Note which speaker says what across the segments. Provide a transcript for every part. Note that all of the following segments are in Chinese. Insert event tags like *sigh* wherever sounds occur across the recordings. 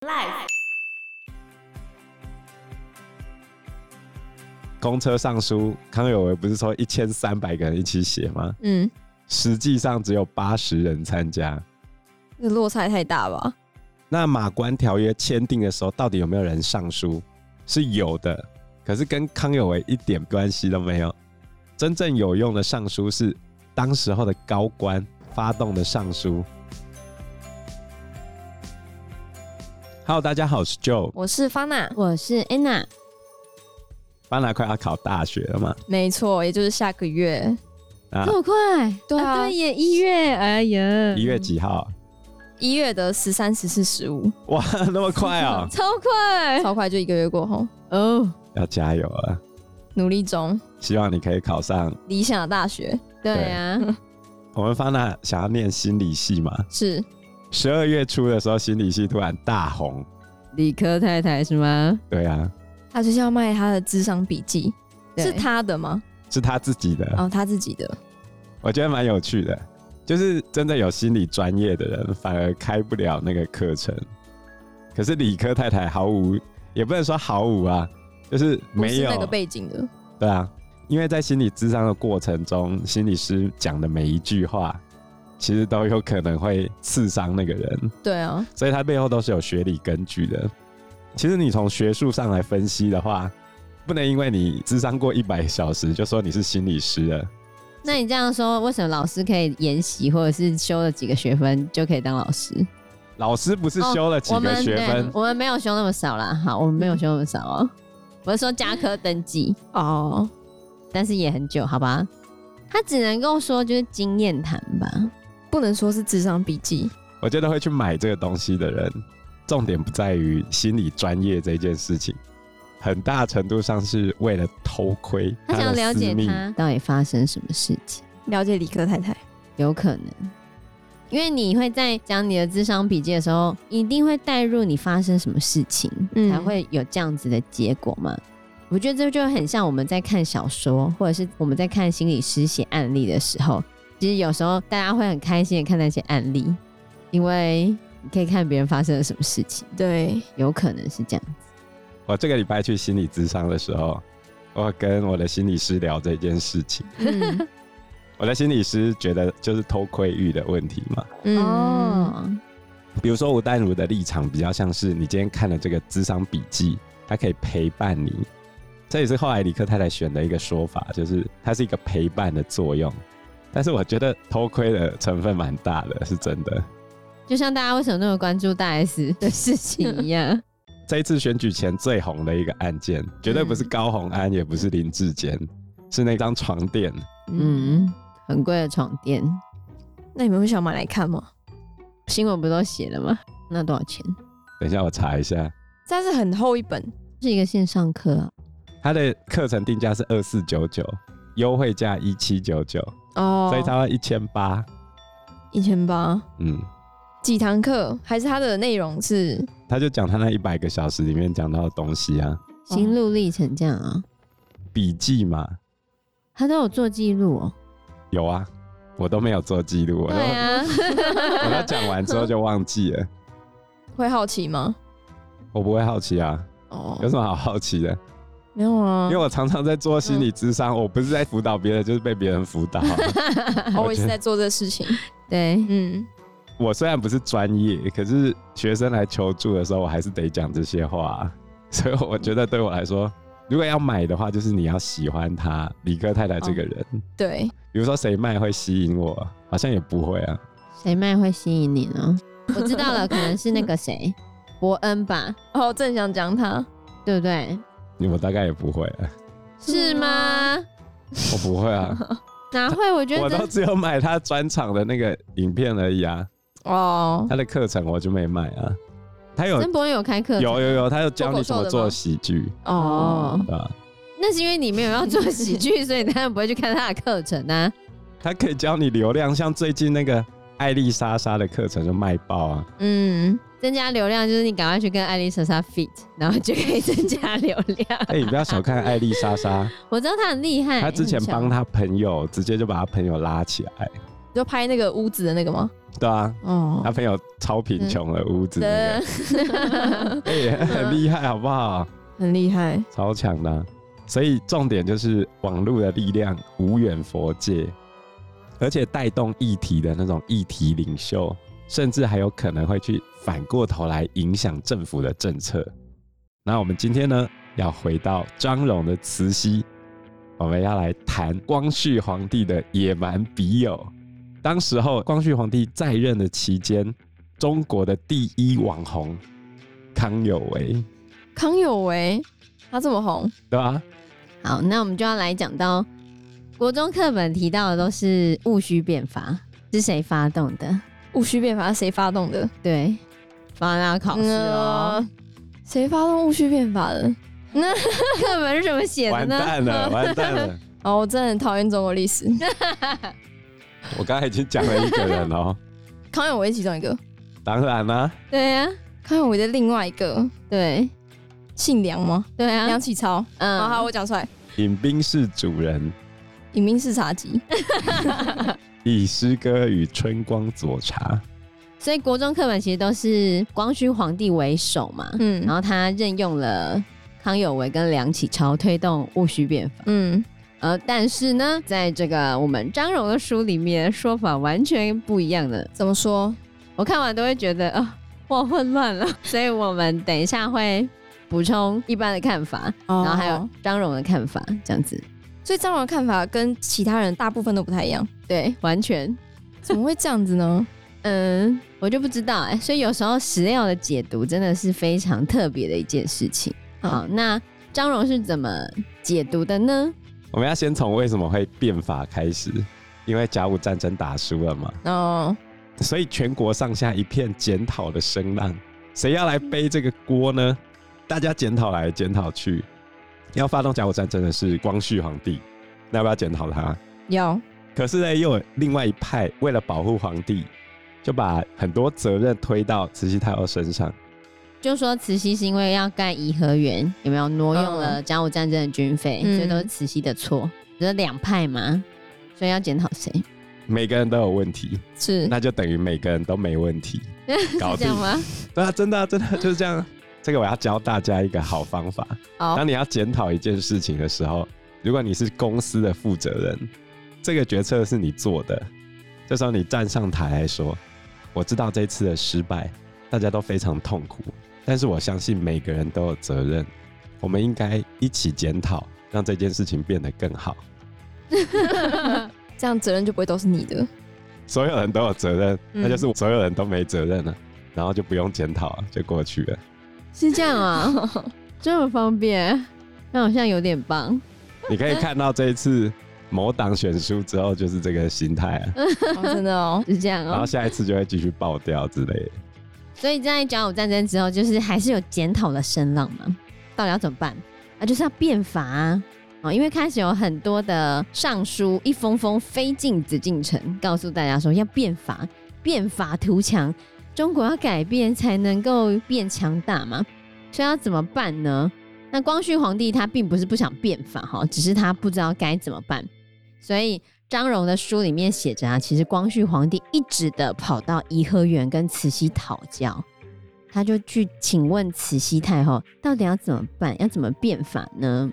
Speaker 1: Life
Speaker 2: 公车上书，康有为不是说一千三百个人一起写吗？
Speaker 3: 嗯，
Speaker 2: 实际上只有八十人参加。
Speaker 3: 这落差也太大吧？
Speaker 2: 那马关条约签订的时候，到底有没有人上书？是有的，可是跟康有为一点关系都没有。真正有用的上书是当时候的高官发动的上书。Hello，大家好，我是 Joe。
Speaker 3: 我是方娜，
Speaker 1: 我是 Anna，
Speaker 2: 班拿快要考大学了嘛？
Speaker 3: 没错，也就是下个月，
Speaker 2: 啊
Speaker 1: 这，么快？
Speaker 3: 对啊
Speaker 1: 对耶，一月，哎呀，！
Speaker 2: 一月几号？
Speaker 3: 呃一月的十三、十四、十五，
Speaker 2: 哇，那么快哦
Speaker 1: 超快
Speaker 3: 超快就一个月过后，
Speaker 1: 哎哦，
Speaker 2: 要加油啊！
Speaker 3: 努力中，
Speaker 2: 希望你可以考上。
Speaker 3: 理想的大学
Speaker 1: 对啊， *laughs*
Speaker 2: 我们方娜想要念心理系嘛？
Speaker 3: 是
Speaker 2: 十二月初的时候，心理系突然大红。
Speaker 1: 理科太太是吗？
Speaker 2: 对啊，
Speaker 3: 他就是要卖他的智商笔记，
Speaker 1: 对
Speaker 3: 是他的吗？
Speaker 2: 是他自己的，
Speaker 3: 哦，他自己的，
Speaker 2: 我觉得蛮有趣的。就是真的有心理专业的人，反而开不了那个课程。可是理科太太毫无，也不能说毫无啊，就是
Speaker 3: 不
Speaker 2: 没
Speaker 3: 是
Speaker 2: 有
Speaker 3: 那个背景的，
Speaker 2: 对啊，因为在心理咨商的过程中，心理师讲的每一句话，其实都有可能会刺伤那个人，
Speaker 3: 对啊，
Speaker 2: 所以他背后都是有学理根据的。其实你从学术上来分析的话，不能因为你智商过一百小时就说你是心理师了。
Speaker 1: 那你这样说，为什么老师可以研习，或者是修了几个学分就可以当老师？
Speaker 2: 老师不是
Speaker 1: 哦
Speaker 2: 修了几
Speaker 1: 我
Speaker 2: 个
Speaker 1: 们
Speaker 2: 学分，
Speaker 1: 我们没有修那么少啦，好，我们没有修那么少
Speaker 2: *laughs*
Speaker 1: 哦、我是说加科登记，
Speaker 3: 哦，
Speaker 1: 但是也很久，好吧？他只能够说就是经验谈吧。
Speaker 3: 不能说是智商笔记，
Speaker 2: 我觉得会去买这个东西的人，重点不在于心理专业这件事情，很大程度上是为了偷窥
Speaker 1: 他想
Speaker 2: 的
Speaker 1: 了解
Speaker 2: 私密
Speaker 1: 他到底发生什么事情，
Speaker 3: 了解理科太太，
Speaker 1: 有可能，因为你会在讲你的智商笔记的时候，一定会带入你发生什么事情，
Speaker 3: 嗯
Speaker 1: 才会有这样子的结果嘛。我觉得这就很像我们在看小说，或者是我们在看心理师写案例的时候，其实有时候大家会很开心的看那些案例，因为你可以看别人发生了什么事情，
Speaker 3: 对，
Speaker 1: 有可能是这样。
Speaker 2: 我这个礼拜去心理咨商的时候，我跟我的心理师聊这件事情。
Speaker 3: *laughs* 嗯
Speaker 2: 我的心理师觉得就是偷窥欲的问题嘛，
Speaker 3: 嗯，
Speaker 1: 哦，
Speaker 2: 比如说吴淡如的立场比较像是你今天看了这个咨商笔记，它可以陪伴你。这也是后来李克太太选的一个说法，就是它是一个陪伴的作用。但是我觉得偷窥的成分蛮大的，是真的。
Speaker 1: 就像大家为什么那么关注大 S 的事情
Speaker 3: *laughs*
Speaker 1: 一样，
Speaker 2: 这一次选举前最红的一个案件，绝对不是高红安，也不是林志坚，嗯是那张床垫。
Speaker 1: 嗯，很贵的床垫，
Speaker 3: 那你们会想买来看吗？
Speaker 1: 新闻不都写了吗？那多少钱？
Speaker 2: 等一下我查一下，
Speaker 3: 但是很厚一本，
Speaker 1: 是一个线上课啊，
Speaker 2: 它的课程定价是二四九九，优惠价一七九九，
Speaker 3: 哦，
Speaker 2: 所以差不多一千八。
Speaker 3: 一千八
Speaker 2: 嗯，
Speaker 3: 几堂课，还是它的内容是
Speaker 2: 他就讲他那一百个小时里面讲到的东西啊，
Speaker 1: 心路历程这样啊，
Speaker 2: 笔记嘛，
Speaker 1: 他都有做记录哦。
Speaker 2: 有啊，我都没有做记录，我都、
Speaker 1: 对啊，
Speaker 2: *laughs* 我都讲完之后就忘记了，
Speaker 3: 会好奇吗？
Speaker 2: 我不会好奇啊，
Speaker 3: 哦
Speaker 2: 有，什么好好奇的？
Speaker 3: 没有啊
Speaker 2: 因为，我常常在做心理智商，我不是在辅导别人，就是被别人辅导。啊
Speaker 1: *laughs*
Speaker 3: 哦
Speaker 2: 我
Speaker 3: 我也是
Speaker 2: 觉得
Speaker 3: 在做这事 *laughs* 情。
Speaker 1: 对，
Speaker 3: 嗯，
Speaker 2: 我虽然不是专业，可是学生来求助的时候，我还是得讲这些话啊、 *laughs* 所以我觉得对我来说，如果要买的话，就是你要喜欢他理科太太这个人。
Speaker 1: 哦
Speaker 3: 对，
Speaker 2: 比如说谁卖会吸引我，好像也不会啊。
Speaker 1: 谁卖会吸引你呢？我知道 *laughs* 了，可能是那个谁，伯恩吧，
Speaker 3: 哦，正想讲他，
Speaker 1: 对不对？
Speaker 2: 我大概也不会、啊，
Speaker 1: 是吗？
Speaker 2: 我不会啊，
Speaker 1: 哪会？我觉
Speaker 2: 我
Speaker 1: 得
Speaker 2: 都
Speaker 1: 真
Speaker 2: 只有买他专场的那个影片而已啊，
Speaker 3: 哦，
Speaker 2: 他的课程我就没买啊。他有
Speaker 1: 曾伯恩有开课，
Speaker 2: 有有有，他有教你怎么
Speaker 3: 脱口秀的吗
Speaker 2: 做喜剧，
Speaker 3: 哦，
Speaker 1: 哦。
Speaker 2: 对啊吧？
Speaker 1: 那是因为你没有要做喜 *laughs* 剧，所以当然不会去看他的课程啊。
Speaker 2: 他可以教你流量，像最近那个艾丽莎莎的课程就卖爆啊。
Speaker 3: 嗯，
Speaker 1: 增加流量就是你赶快去跟艾丽莎莎 fit，然后就可以增加流量。
Speaker 2: 哎、你不要小看艾丽莎莎，
Speaker 1: 我知道她很厉害，
Speaker 2: 她之前
Speaker 1: 很强
Speaker 2: 帮她朋友，直接就把她朋友拉起来。
Speaker 3: 就拍那个屋子的那个吗？
Speaker 2: 对啊，
Speaker 1: 哦，
Speaker 2: 他朋友超贫穷的屋子那
Speaker 3: 对
Speaker 2: 个，，哎、也很厉害，好不好？
Speaker 3: 很厉害，
Speaker 2: 超强的啊、所以重点就是网络的力量无远佛界，而且带动议题的那种议题领袖，甚至还有可能会去反过头来影响政府的政策。那我们今天呢，要回到张荣的慈禧，我们要来谈光绪皇帝的野蛮笔友。当时候光绪皇帝在任的期间，中国的第一网红康有为，
Speaker 3: *laughs* 康有为他这么红，
Speaker 2: 对吧？
Speaker 1: 好，那我们就要来讲到国中课本提到的都是戊戌变法，是谁发动的？
Speaker 3: 戊戌变法是谁发动的？
Speaker 1: 对，发大家考试哦，
Speaker 3: 嗯谁发动戊戌变法的？
Speaker 1: 课本是怎么写的
Speaker 2: 完
Speaker 1: 呢？
Speaker 2: 蛋
Speaker 1: *laughs*
Speaker 2: 了，完蛋了！
Speaker 3: 哦，我真的很讨厌中国历史。
Speaker 2: 我刚才已经讲了一个人
Speaker 1: *laughs*
Speaker 2: 哦，
Speaker 3: *laughs* 康有为是其中一个，
Speaker 2: 当然啦、
Speaker 1: 对
Speaker 3: 啊
Speaker 1: 呀、
Speaker 3: 康有为的另外一个
Speaker 1: 对
Speaker 3: 姓梁吗？
Speaker 1: 对啊
Speaker 3: 梁，启超。
Speaker 1: 嗯，
Speaker 3: 好好，我讲出来，
Speaker 2: 饮冰室主人，
Speaker 3: 饮冰式茶几。
Speaker 2: 以诗歌与春光佐茶。
Speaker 1: 所以国中课本其实都是光绪皇帝为首嘛，
Speaker 3: 嗯
Speaker 1: 然后他任用了康有为跟梁启超推动戊戌变法。
Speaker 3: 嗯，
Speaker 1: 呃，但是呢，在这个我们张荣的书里面说法完全不一样的，
Speaker 3: 怎么说？
Speaker 1: 我看完都会觉得啊、我好混乱了。 *laughs* 所以我们等一下会补充一般的看法，
Speaker 3: 然
Speaker 1: 然后还
Speaker 3: 哦
Speaker 1: 有，张荣的看法，这样子。
Speaker 3: 所以张荣的看法跟其他人大部分都不太一 *laughs* 样，
Speaker 1: 对，完全，
Speaker 3: 怎么会这样子呢？
Speaker 1: 嗯，我就不知道哎、所以有时候史料的解读真的是非常特别的一件事情。好，
Speaker 3: 嗯
Speaker 1: 那张荣是怎么解读的呢？
Speaker 2: 我们要先从为什么会变法开始，因为甲午战争打输了嘛，
Speaker 3: 哦，
Speaker 2: 所以全国上下一片检讨的声浪。谁要来背这个锅呢？大家检讨来检讨去。要发动甲午战争的是光绪皇帝，那要不要检讨他？
Speaker 3: 要，
Speaker 2: 可是呢，又有另外一派为了保护皇帝，就把很多责任推到慈禧太后身上。
Speaker 1: 就说慈禧是因为要盖颐和园，有没有挪用了甲午战争的军费，
Speaker 3: 嗯
Speaker 1: 所以都是慈禧的错。这两派嘛，所以要检讨谁？
Speaker 2: 每个人都有问题，
Speaker 3: 是
Speaker 2: 那就等于每个人都没问题，搞
Speaker 1: *laughs* 是
Speaker 2: 定
Speaker 1: 这样。吗？
Speaker 2: 对啊，真的、啊、 *laughs* 真的就是这样。这个我要教大家一个好方法。
Speaker 3: 好
Speaker 2: 当你要检讨一件事情的时候，如果你是公司的负责人，这个决策是你做的，这时候你站上台来说：“我知道这次的失败，大家都非常痛苦，但是我相信每个人都有责任，我们应该一起检讨，让这件事情变得更好。
Speaker 3: 这样，责任就不会都是你的。
Speaker 2: 所有人都有责任，
Speaker 3: 嗯
Speaker 2: 那就是所有人都没责任了，然后就不用检讨了，就过去了。
Speaker 1: 是这样啊、这么方便，那好像有点棒。
Speaker 2: 你可以看到这一次某党选书之后就是这个心态啊，
Speaker 3: 哦真的哦，
Speaker 1: 是这样
Speaker 2: 然
Speaker 1: 哦、
Speaker 2: 后下一次就会继续爆掉之类的。
Speaker 1: 所以在甲午战争之后，就是还是有检讨的声浪嘛，到底要怎么办？啊，就是要变法啊！哦，因为开始有很多的上书，一封封飞进紫禁城，告诉大家说要变法，变法图强，中国要改变才能够变强大嘛。所以要怎么办呢？那光绪皇帝他并不是不想变法哈，只是他不知道该怎么办。所以张荣的书里面写着啊，其实光绪皇帝一直的跑到颐和园跟慈禧讨教，他就去请问慈禧太后到底要怎么办，要怎么变法呢？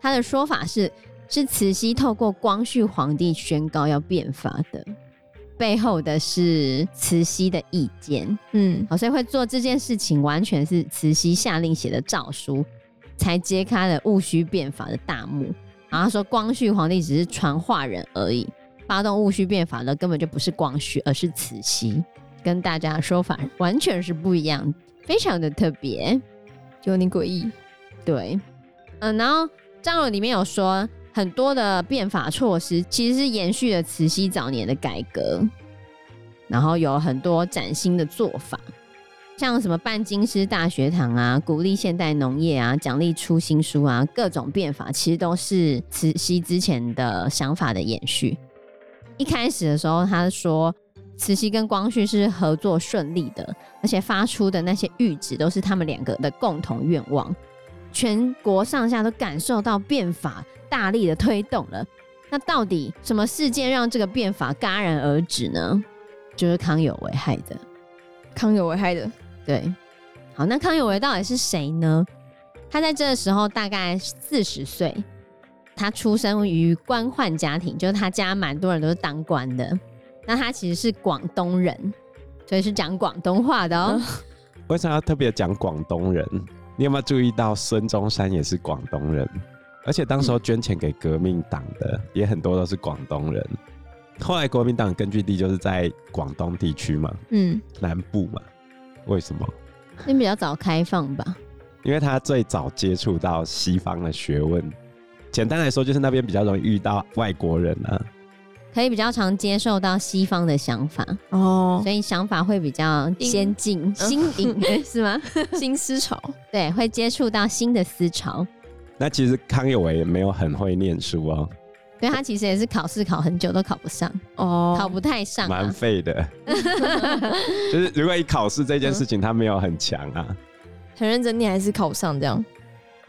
Speaker 1: 他的说法是，是慈禧透过光绪皇帝宣告要变法的，背后的是慈禧的意见。
Speaker 3: *laughs* 嗯，
Speaker 1: 好，所以会做这件事情，完全是慈禧下令写的诏书，才揭开了戊戌变法的大幕。然后他说，光绪皇帝只是传话人而已，发动戊戌变法的根本就不是光绪，而是慈禧，跟大家的说法完全是不一样，非常的特别。
Speaker 3: 有点诡异。
Speaker 1: 对，嗯，然后章荣里面有说，很多的变法措施其实是延续了慈禧早年的改革，然后有很多崭新的做法，像什么办京师大学堂啊，鼓励现代农业啊，奖励出新书啊，各种变法其实都是慈禧之前的想法的延续。一开始的时候，他说慈禧跟光绪是合作顺利的，而且发出的那些谕旨都是他们两个的共同愿望。全国上下都感受到变法大力的推动了。那到底什么事件让这个变法戛然而止呢？就是康有为害的。
Speaker 3: 康有为害的，
Speaker 1: 对，好，那康有为到底是谁呢？他在这个时候大概四十岁，他出生于官宦家庭，就是他家蛮多人都是当官的。那他其实是广东人，所以是讲广东话的哦、
Speaker 2: 为什么要特别讲广东人？你有没有注意到孙中山也是广东人？而且当时候捐钱给革命党的、也很多都是广东人。后来国民党根据地就是在广东地区嘛，
Speaker 3: 嗯，
Speaker 2: 南部嘛。为什么？
Speaker 1: 因为比较早开放吧。
Speaker 2: 因为他最早接触到西方的学问。简单来说，就是那边比较容易遇到外国人啊。
Speaker 1: 可以比较常接受到西方的想法，
Speaker 3: 哦，
Speaker 1: 所以想法会比较先进、新颖，是吗？
Speaker 3: 新思潮，
Speaker 1: 对，会接触到新的思潮。
Speaker 2: 那其实康有为也没有很会念书哦，
Speaker 1: 对他其实也是考试考很久都考不上，
Speaker 3: 哦，
Speaker 1: 考不太上、
Speaker 2: 蛮
Speaker 1: 啊。
Speaker 2: 废的。就是如果以考试这件事情，他没有很强啊，
Speaker 3: 很认真念还是考不上这样，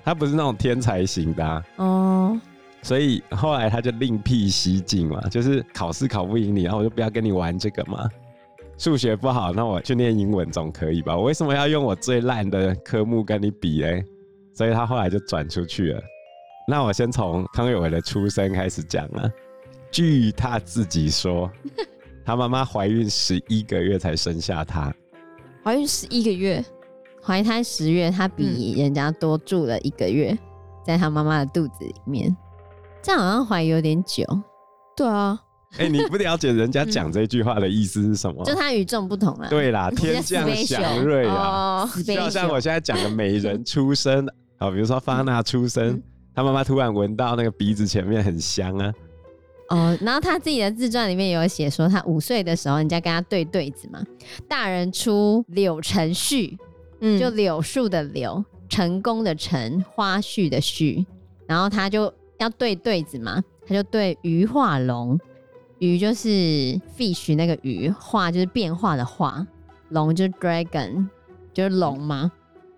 Speaker 2: 他不是那种天才型的、啊，
Speaker 3: 哦，
Speaker 2: 所以后来他就另辟蹊径嘛，就是考试考不赢你，然后我就不要跟你玩这个嘛。数学不好，那我去念英文总可以吧？我为什么要用我最烂的科目跟你比嘞？所以他后来就转出去了。那我先从康有为的出生开始讲啊。据他自己说，他妈妈怀孕十一个月才生下他，
Speaker 3: 怀孕十一个月，
Speaker 1: 怀胎十月，他比人家多住了一个月，在他妈妈的肚子里面，这样好像怀有点久，
Speaker 3: 对啊，
Speaker 2: 哎、你不了解人家讲这句话的意思是什么？
Speaker 1: *laughs* 就他与众不同了。
Speaker 2: 对啦，天降祥瑞啊！
Speaker 3: 哦，
Speaker 1: 死
Speaker 2: 就
Speaker 1: 背
Speaker 2: 好
Speaker 1: 一宿，
Speaker 2: 像我现在讲的美人出生啊，比如说发娜出生
Speaker 1: 嗯，
Speaker 2: 她妈妈突然闻到那个鼻子前面很香啊，
Speaker 1: 哦，然后他自己的自传里面有写说，他五岁的时候，人家跟他对对子嘛，大人出柳成序，
Speaker 3: 嗯，
Speaker 1: 就柳树的柳，成功的成，花絮的絮，然后他就要对对子嘛，他就对鱼化龙，鱼就是 fish 那个鱼，化就是变化的化，龙就是 dragon 就是龙嘛，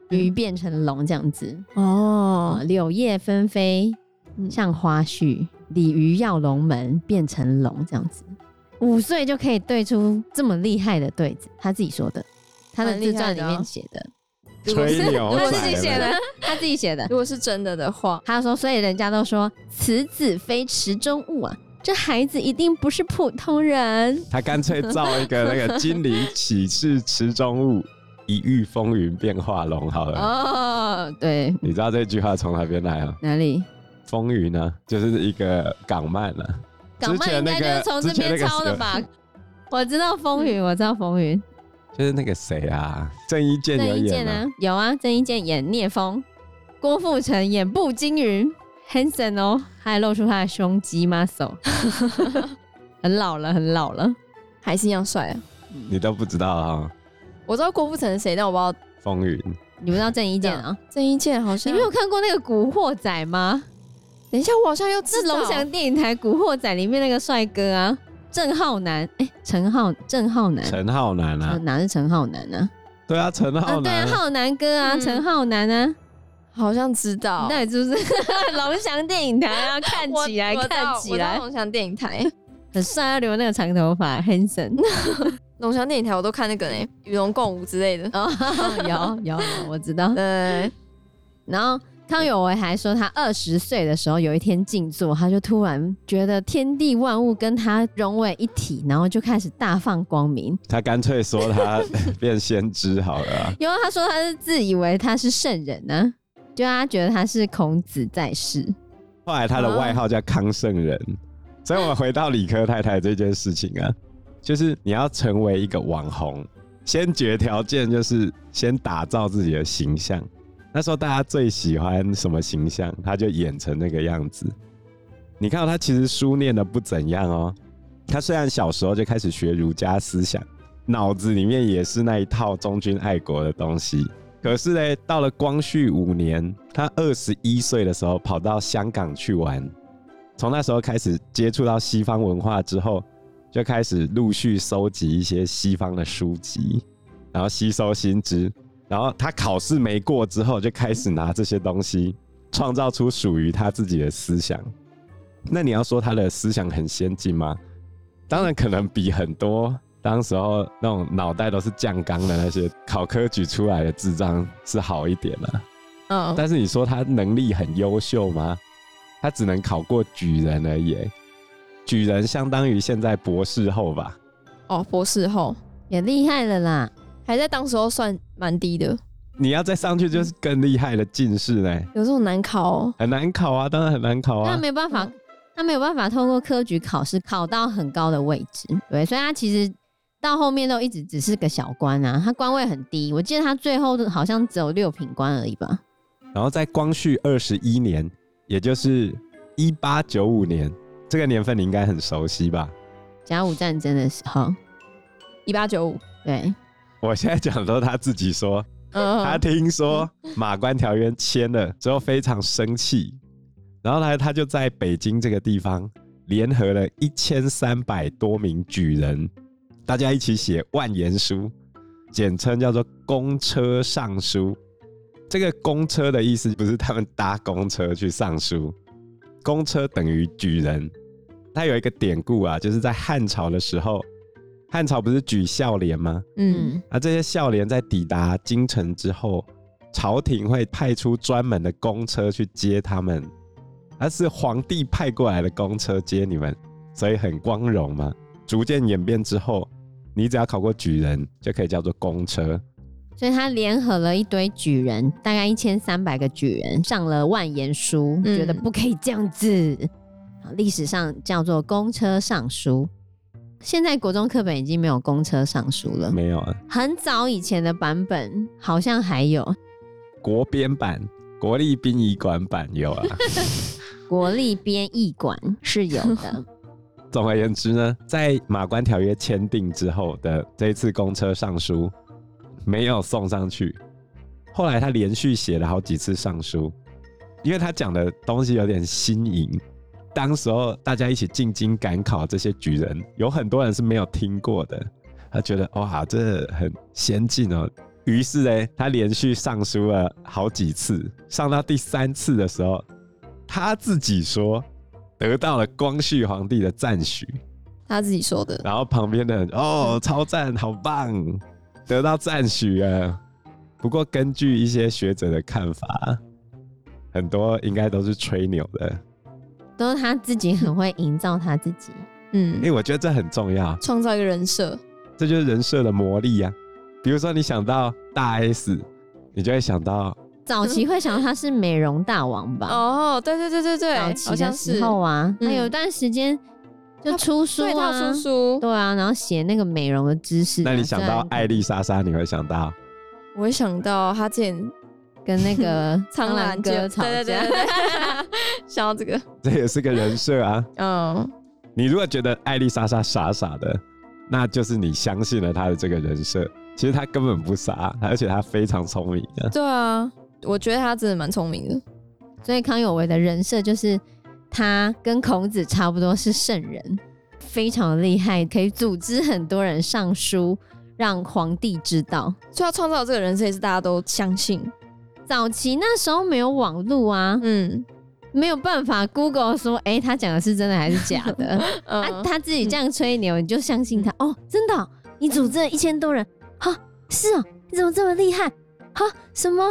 Speaker 3: 嗯
Speaker 1: 鱼变成龙这样子。
Speaker 3: 哦
Speaker 1: 哦，，柳叶纷飞
Speaker 3: 嗯
Speaker 1: 像花絮，鲤鱼跃龙门变成龙这样子。五岁就可以对出这么厉害的对子，他自己说的，他的
Speaker 3: 蛮厉
Speaker 1: 自
Speaker 3: 害
Speaker 1: 传里
Speaker 3: 的啊
Speaker 1: 面写的，
Speaker 3: 如果
Speaker 2: 吹
Speaker 3: 是
Speaker 2: 牛
Speaker 3: 如果
Speaker 1: 仔
Speaker 3: 是
Speaker 1: 嘞
Speaker 3: 写的，
Speaker 1: 他自己写的。
Speaker 3: 如果是真的的话，
Speaker 1: 他说，所以人家都说此子非池中物啊，这孩子一定不是普通人。
Speaker 2: 她干脆造一个那个金陵岂是池中物，一遇风云变化龙 *laughs* 好了。
Speaker 1: 哦，对，
Speaker 2: 你知道这句话从哪边来啊？
Speaker 1: 哪里？
Speaker 2: 风云呢、就是一个港漫啊。
Speaker 1: 港漫
Speaker 2: 前
Speaker 1: 应
Speaker 2: 那
Speaker 1: 该就
Speaker 2: 个
Speaker 1: 是从
Speaker 2: 之
Speaker 1: 这
Speaker 2: 前
Speaker 1: 边
Speaker 2: 那个
Speaker 1: 抄的
Speaker 2: 谁
Speaker 1: 吧？ *laughs* 我知道风云，我知道风云，
Speaker 2: 就是那个谁啊，郑伊健
Speaker 1: 郑
Speaker 2: 有
Speaker 1: 伊健
Speaker 2: 演啊
Speaker 1: 啊，，有啊，郑伊健演聂风，郭富城演步惊云，Hanson 哦，他还露出他的胸肌 muscle，很老了，很老了。
Speaker 3: 还是一样帅啊。
Speaker 2: 你都不知道啊，
Speaker 3: 我知道郭富城是谁，但我不知道
Speaker 2: 风云。
Speaker 1: 你不知道郑
Speaker 2: *laughs*
Speaker 1: 伊健啊？
Speaker 3: 郑伊健好像
Speaker 1: 你没有看过那个《古惑仔》吗？
Speaker 3: 等一下，我好像又
Speaker 1: 是
Speaker 3: 知道
Speaker 1: 龙翔电影台《古惑仔》里面那个帅哥啊，郑浩南，哎、陈浩，郑浩南，
Speaker 2: 陈浩南啊
Speaker 1: 呃，哪是陈浩南啊？
Speaker 2: 对啊，陈
Speaker 1: 啊，
Speaker 2: 浩
Speaker 1: 对
Speaker 2: 南
Speaker 1: 啊，
Speaker 2: 啊、
Speaker 1: 浩南哥啊，
Speaker 3: 嗯
Speaker 1: 陈、浩南啊，
Speaker 3: 好像知道
Speaker 1: 你到底是
Speaker 3: *laughs*
Speaker 1: 不是龙翔电影台啊？看
Speaker 3: 我
Speaker 1: 起来，
Speaker 3: 我知道
Speaker 1: 看
Speaker 3: 我
Speaker 1: 起
Speaker 3: 知道
Speaker 1: 来，
Speaker 3: 龙翔电影台，
Speaker 1: 很帅，他留那个长头发，Hanson。
Speaker 3: *laughs* 龙翔电影台我都看那个呢，与龙共舞之类的。
Speaker 1: 哦，有有，有我知道。
Speaker 3: 对，
Speaker 1: 然后康有为还说，他二十岁的时候有一天静坐，他就突然觉得天地万物跟他融为一体，然后就开始大放光明。
Speaker 2: 他干脆说他 *laughs* 变先知好了啊、
Speaker 1: 因为他说他是自以为他是圣人呢、就他觉得他是孔子在世。
Speaker 2: 后来他的外号叫康圣人，所以我们回到理科太太这件事情啊，就是你要成为一个网红，先决条件就是先打造自己的形象。那时候大家最喜欢什么形象，他就演成那个样子。你看到他其实书念的不怎样哦，他虽然小时候就开始学儒家思想，脑子里面也是那一套忠君爱国的东西。可是呢，到了光绪五年，他二十一岁的时候跑到香港去玩，从那时候开始接触到西方文化之后，就开始陆续收集一些西方的书籍，然后吸收新知。然后他考试没过之后，就开始拿这些东西创造出属于他自己的思想。那你要说他的思想很先进吗？当然，可能比很多当时候那种脑袋都是酱缸的那些考科举出来的智障是好一点啊。
Speaker 3: 嗯，
Speaker 2: 但是你说他能力很优秀吗？他只能考过举人而已欸。举人相当于现在博士后吧？
Speaker 3: 哦，博士后
Speaker 1: 也厉害了啦。
Speaker 3: 还在当时候算蛮低的，
Speaker 2: 你要再上去就是更厉害的进士呢，
Speaker 3: 有这种难考哦。
Speaker 2: 很难考啊，当然很难考
Speaker 1: 他
Speaker 2: 啊。
Speaker 1: 没有办法，他没有办法透过科举考试考到很高的位置，对，所以他其实到后面都一直只是个小官啊，他官位很低，我记得他最后好像只有六品官而已吧。
Speaker 2: 然后在光绪二十一年，也就是一八九五年，这个年份你应该很熟悉吧？
Speaker 1: 甲午战争的时候，
Speaker 3: 一八九五，
Speaker 1: 对，
Speaker 2: 我现在讲都他自己说，他
Speaker 3: 嗯，
Speaker 2: 听说马关条约签了之后非常生气，然后呢，他就在北京这个地方联合了一千三百多名举人，大家一起写万言书，简称叫做“公车上书”。这个“公车”的意思不是他们搭公车去上书，公车等于举人。它有一个典故啊，就是在汉朝的时候，汉朝不是举孝廉吗？
Speaker 3: 嗯，
Speaker 2: 啊，这些孝廉在抵达京城之后，朝廷会派出专门的公车去接他们，而、是皇帝派过来的公车接你们，所以很光荣嘛。逐渐演变之后，你只要考过举人，就可以叫做公车。
Speaker 1: 所以他联合了一堆举人，大概一千三百个举人上了万言书，
Speaker 3: 嗯
Speaker 1: 觉得不可以这样子，啊历史上叫做公车上书。现在国中课本已经没有公车上书了，
Speaker 3: 嗯
Speaker 2: 没有啊，
Speaker 1: 很早以前的版本好像还有
Speaker 2: 国编版、国立殡仪馆版有啊。
Speaker 1: 国立编译
Speaker 3: *laughs*
Speaker 1: 馆是有的，
Speaker 2: 总而言之呢，在马关条约签订之后的这一次公车上书没有送上去，后来他连续写了好几次上书，因为他讲的东西有点新颖。当时候大家一起进京赶考，这些举人有很多人是没有听过的，他觉得哇，这很先进哦。于是呢，他连续上书了好几次，上到第三次的时候，他自己说得到了光绪皇帝的赞许，
Speaker 3: 他自己说的，
Speaker 2: 然后旁边的人哦，超赞，好棒，得到赞许啊。不过根据一些学者的看法，很多应该都是吹牛的，
Speaker 1: 都是他自己很会营造他自己。
Speaker 2: 因
Speaker 3: 嗯，
Speaker 2: 为我觉得这很重要，
Speaker 3: 创造一个人设，
Speaker 2: 这就是人设的魔力啊。比如说你想到大 S，你就会想到
Speaker 1: 早期会想到他是美容大王吧？
Speaker 3: 哦，对对对对
Speaker 1: 早
Speaker 3: 对，好
Speaker 1: 期的
Speaker 3: 像
Speaker 1: 时
Speaker 3: 是，
Speaker 1: 候啊，
Speaker 3: 嗯
Speaker 1: 他有一段时间就出书
Speaker 3: 对，他
Speaker 1: 啊
Speaker 3: 有，出书，
Speaker 1: 对啊，然后写那个美容的知识啊。
Speaker 2: 那你想到艾丽莎莎，你会想到
Speaker 3: 我会想到他之前
Speaker 1: 跟
Speaker 3: *laughs*
Speaker 1: 那个苍兰
Speaker 3: 就
Speaker 1: 哥吵
Speaker 3: 对对
Speaker 1: 架
Speaker 3: 对，对对， *laughs* 想到这个，
Speaker 2: 这也是个人设啊。
Speaker 3: 嗯，
Speaker 2: 你如果觉得艾丽莎莎傻傻的，那就是你相信了她的这个人设。其实她根本不傻，而且她非常聪明的。
Speaker 3: 对啊，我觉得他真的蛮聪明的，
Speaker 1: 所以康有为的人设就是他跟孔子差不多是圣人，非常厉害，可以组织很多人上书，让皇帝知道。
Speaker 3: 所以他创造这个人设也是大家都相信，
Speaker 1: 早期那时候没有网络啊，
Speaker 3: 嗯
Speaker 1: 没有办法 Google 说，哎、他讲的是真的还是假的？啊，
Speaker 3: 嗯，
Speaker 1: 他自己这样吹牛，你就相信他？哦，真的哦、你组织了一千多人，哈、是哦，你怎么这么厉害？哈、什么？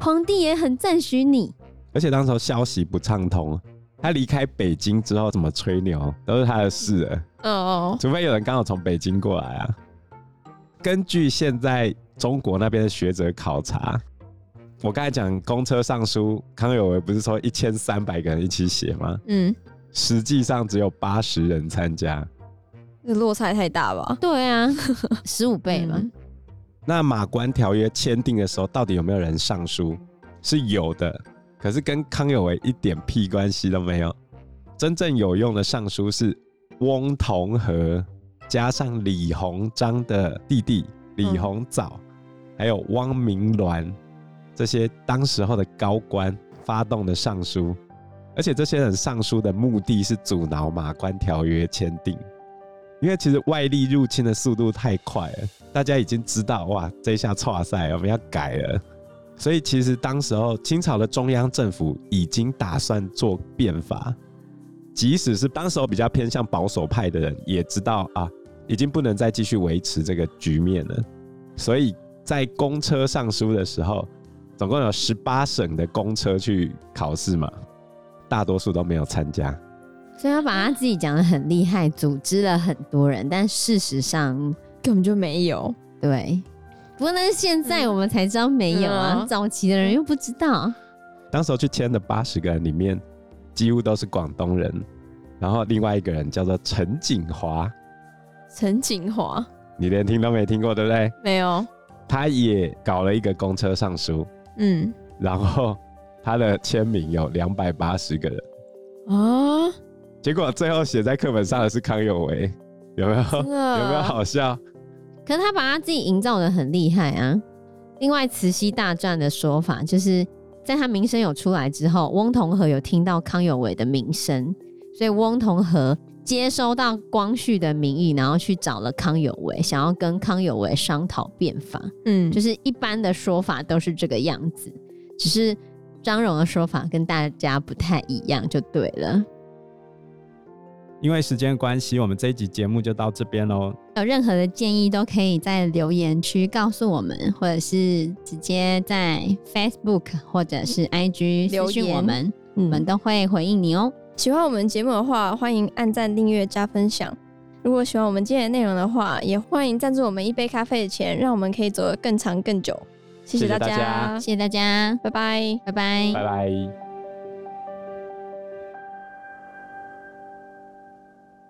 Speaker 1: 皇帝也很赞许你，
Speaker 2: 而且当时候消息不畅通，她离开北京之后怎么吹牛都是她的事了，
Speaker 3: 哦哦，
Speaker 2: 除非有人刚好从北京过来啊。根据现在中国那边的学者考察，我刚才讲公车上书，康有为不是说一千三百个人一起写吗？
Speaker 3: 嗯，
Speaker 2: 实际上只有八十人参加。
Speaker 3: 这落差也太大吧？
Speaker 1: 对 *laughs* 啊，十五倍嘛，
Speaker 3: 嗯
Speaker 2: 那马关条约签订的时候，到底有没有人上书？是有的，可是跟康有为一点屁关系都没有。真正有用的上书是翁同龢加上李鸿章的弟弟李鸿藻，还有汪明銮这些当时候的高官发动的上书，而且这些人上书的目的是阻挠马关条约签订，因为其实外力入侵的速度太快了。大家已经知道哇，这一下错赛，我们要改了。所以其实当时候清朝的中央政府已经打算做变法，即使是当时候比较偏向保守派的人，也知道啊，已经不能再继续维持这个局面了。所以在公车上书的时候，总共有十八省的公车去考试嘛，大多数都没有参加。
Speaker 1: 所以他把他自己讲的很厉害，组织了很多人，但事实上，
Speaker 3: 根本就没有。
Speaker 1: 对，不过那是现在
Speaker 3: 嗯
Speaker 1: 我们才知道没有啊，
Speaker 3: 嗯
Speaker 1: 早期的人又不知道。
Speaker 2: 当时候去签的八十个人里面，几乎都是广东人，然后另外一个人叫做陈景华，
Speaker 3: 陈景华
Speaker 2: 你连听都没听过，对不对？
Speaker 3: 没有，
Speaker 2: 他也搞了一个公车上书，
Speaker 3: 嗯
Speaker 2: 然后他的签名有两百八十个人，
Speaker 3: 啊，
Speaker 2: 结果最后写在课本上的是康有为，有没有？
Speaker 3: 真的啊
Speaker 2: 有没有好笑？
Speaker 1: 可是他把他自己营造的很厉害啊。另外，慈禧大战的说法就是，在他名声有出来之后，翁同龢有听到康有为的名声，所以翁同龢接收到光绪的名义，然后去找了康有为，想要跟康有为商讨变法。
Speaker 3: 嗯，
Speaker 1: 就是一般的说法都是这个样子，只是张荣的说法跟大家不太一样，就对了。
Speaker 4: 因为时间关系，我们这一集节目就到这边喽。
Speaker 1: 有任何的建议都可以在留言区告诉我们，或者是直接在 Facebook 或者是
Speaker 3: 嗯
Speaker 1: IG
Speaker 3: 留
Speaker 1: 私讯
Speaker 3: 言
Speaker 1: 我们，我
Speaker 3: 嗯
Speaker 1: 们都会回应你哦。
Speaker 3: 喜欢我们节目的话，欢迎按赞、订阅、加分享。如果喜欢我们今天的内容的话，也欢迎赞助我们一杯咖啡的钱，让我们可以走得更长更久。谢
Speaker 2: 谢谢
Speaker 3: 大
Speaker 2: 大家
Speaker 1: 谢谢大家，
Speaker 3: 拜拜。
Speaker 1: 拜拜
Speaker 2: 拜拜。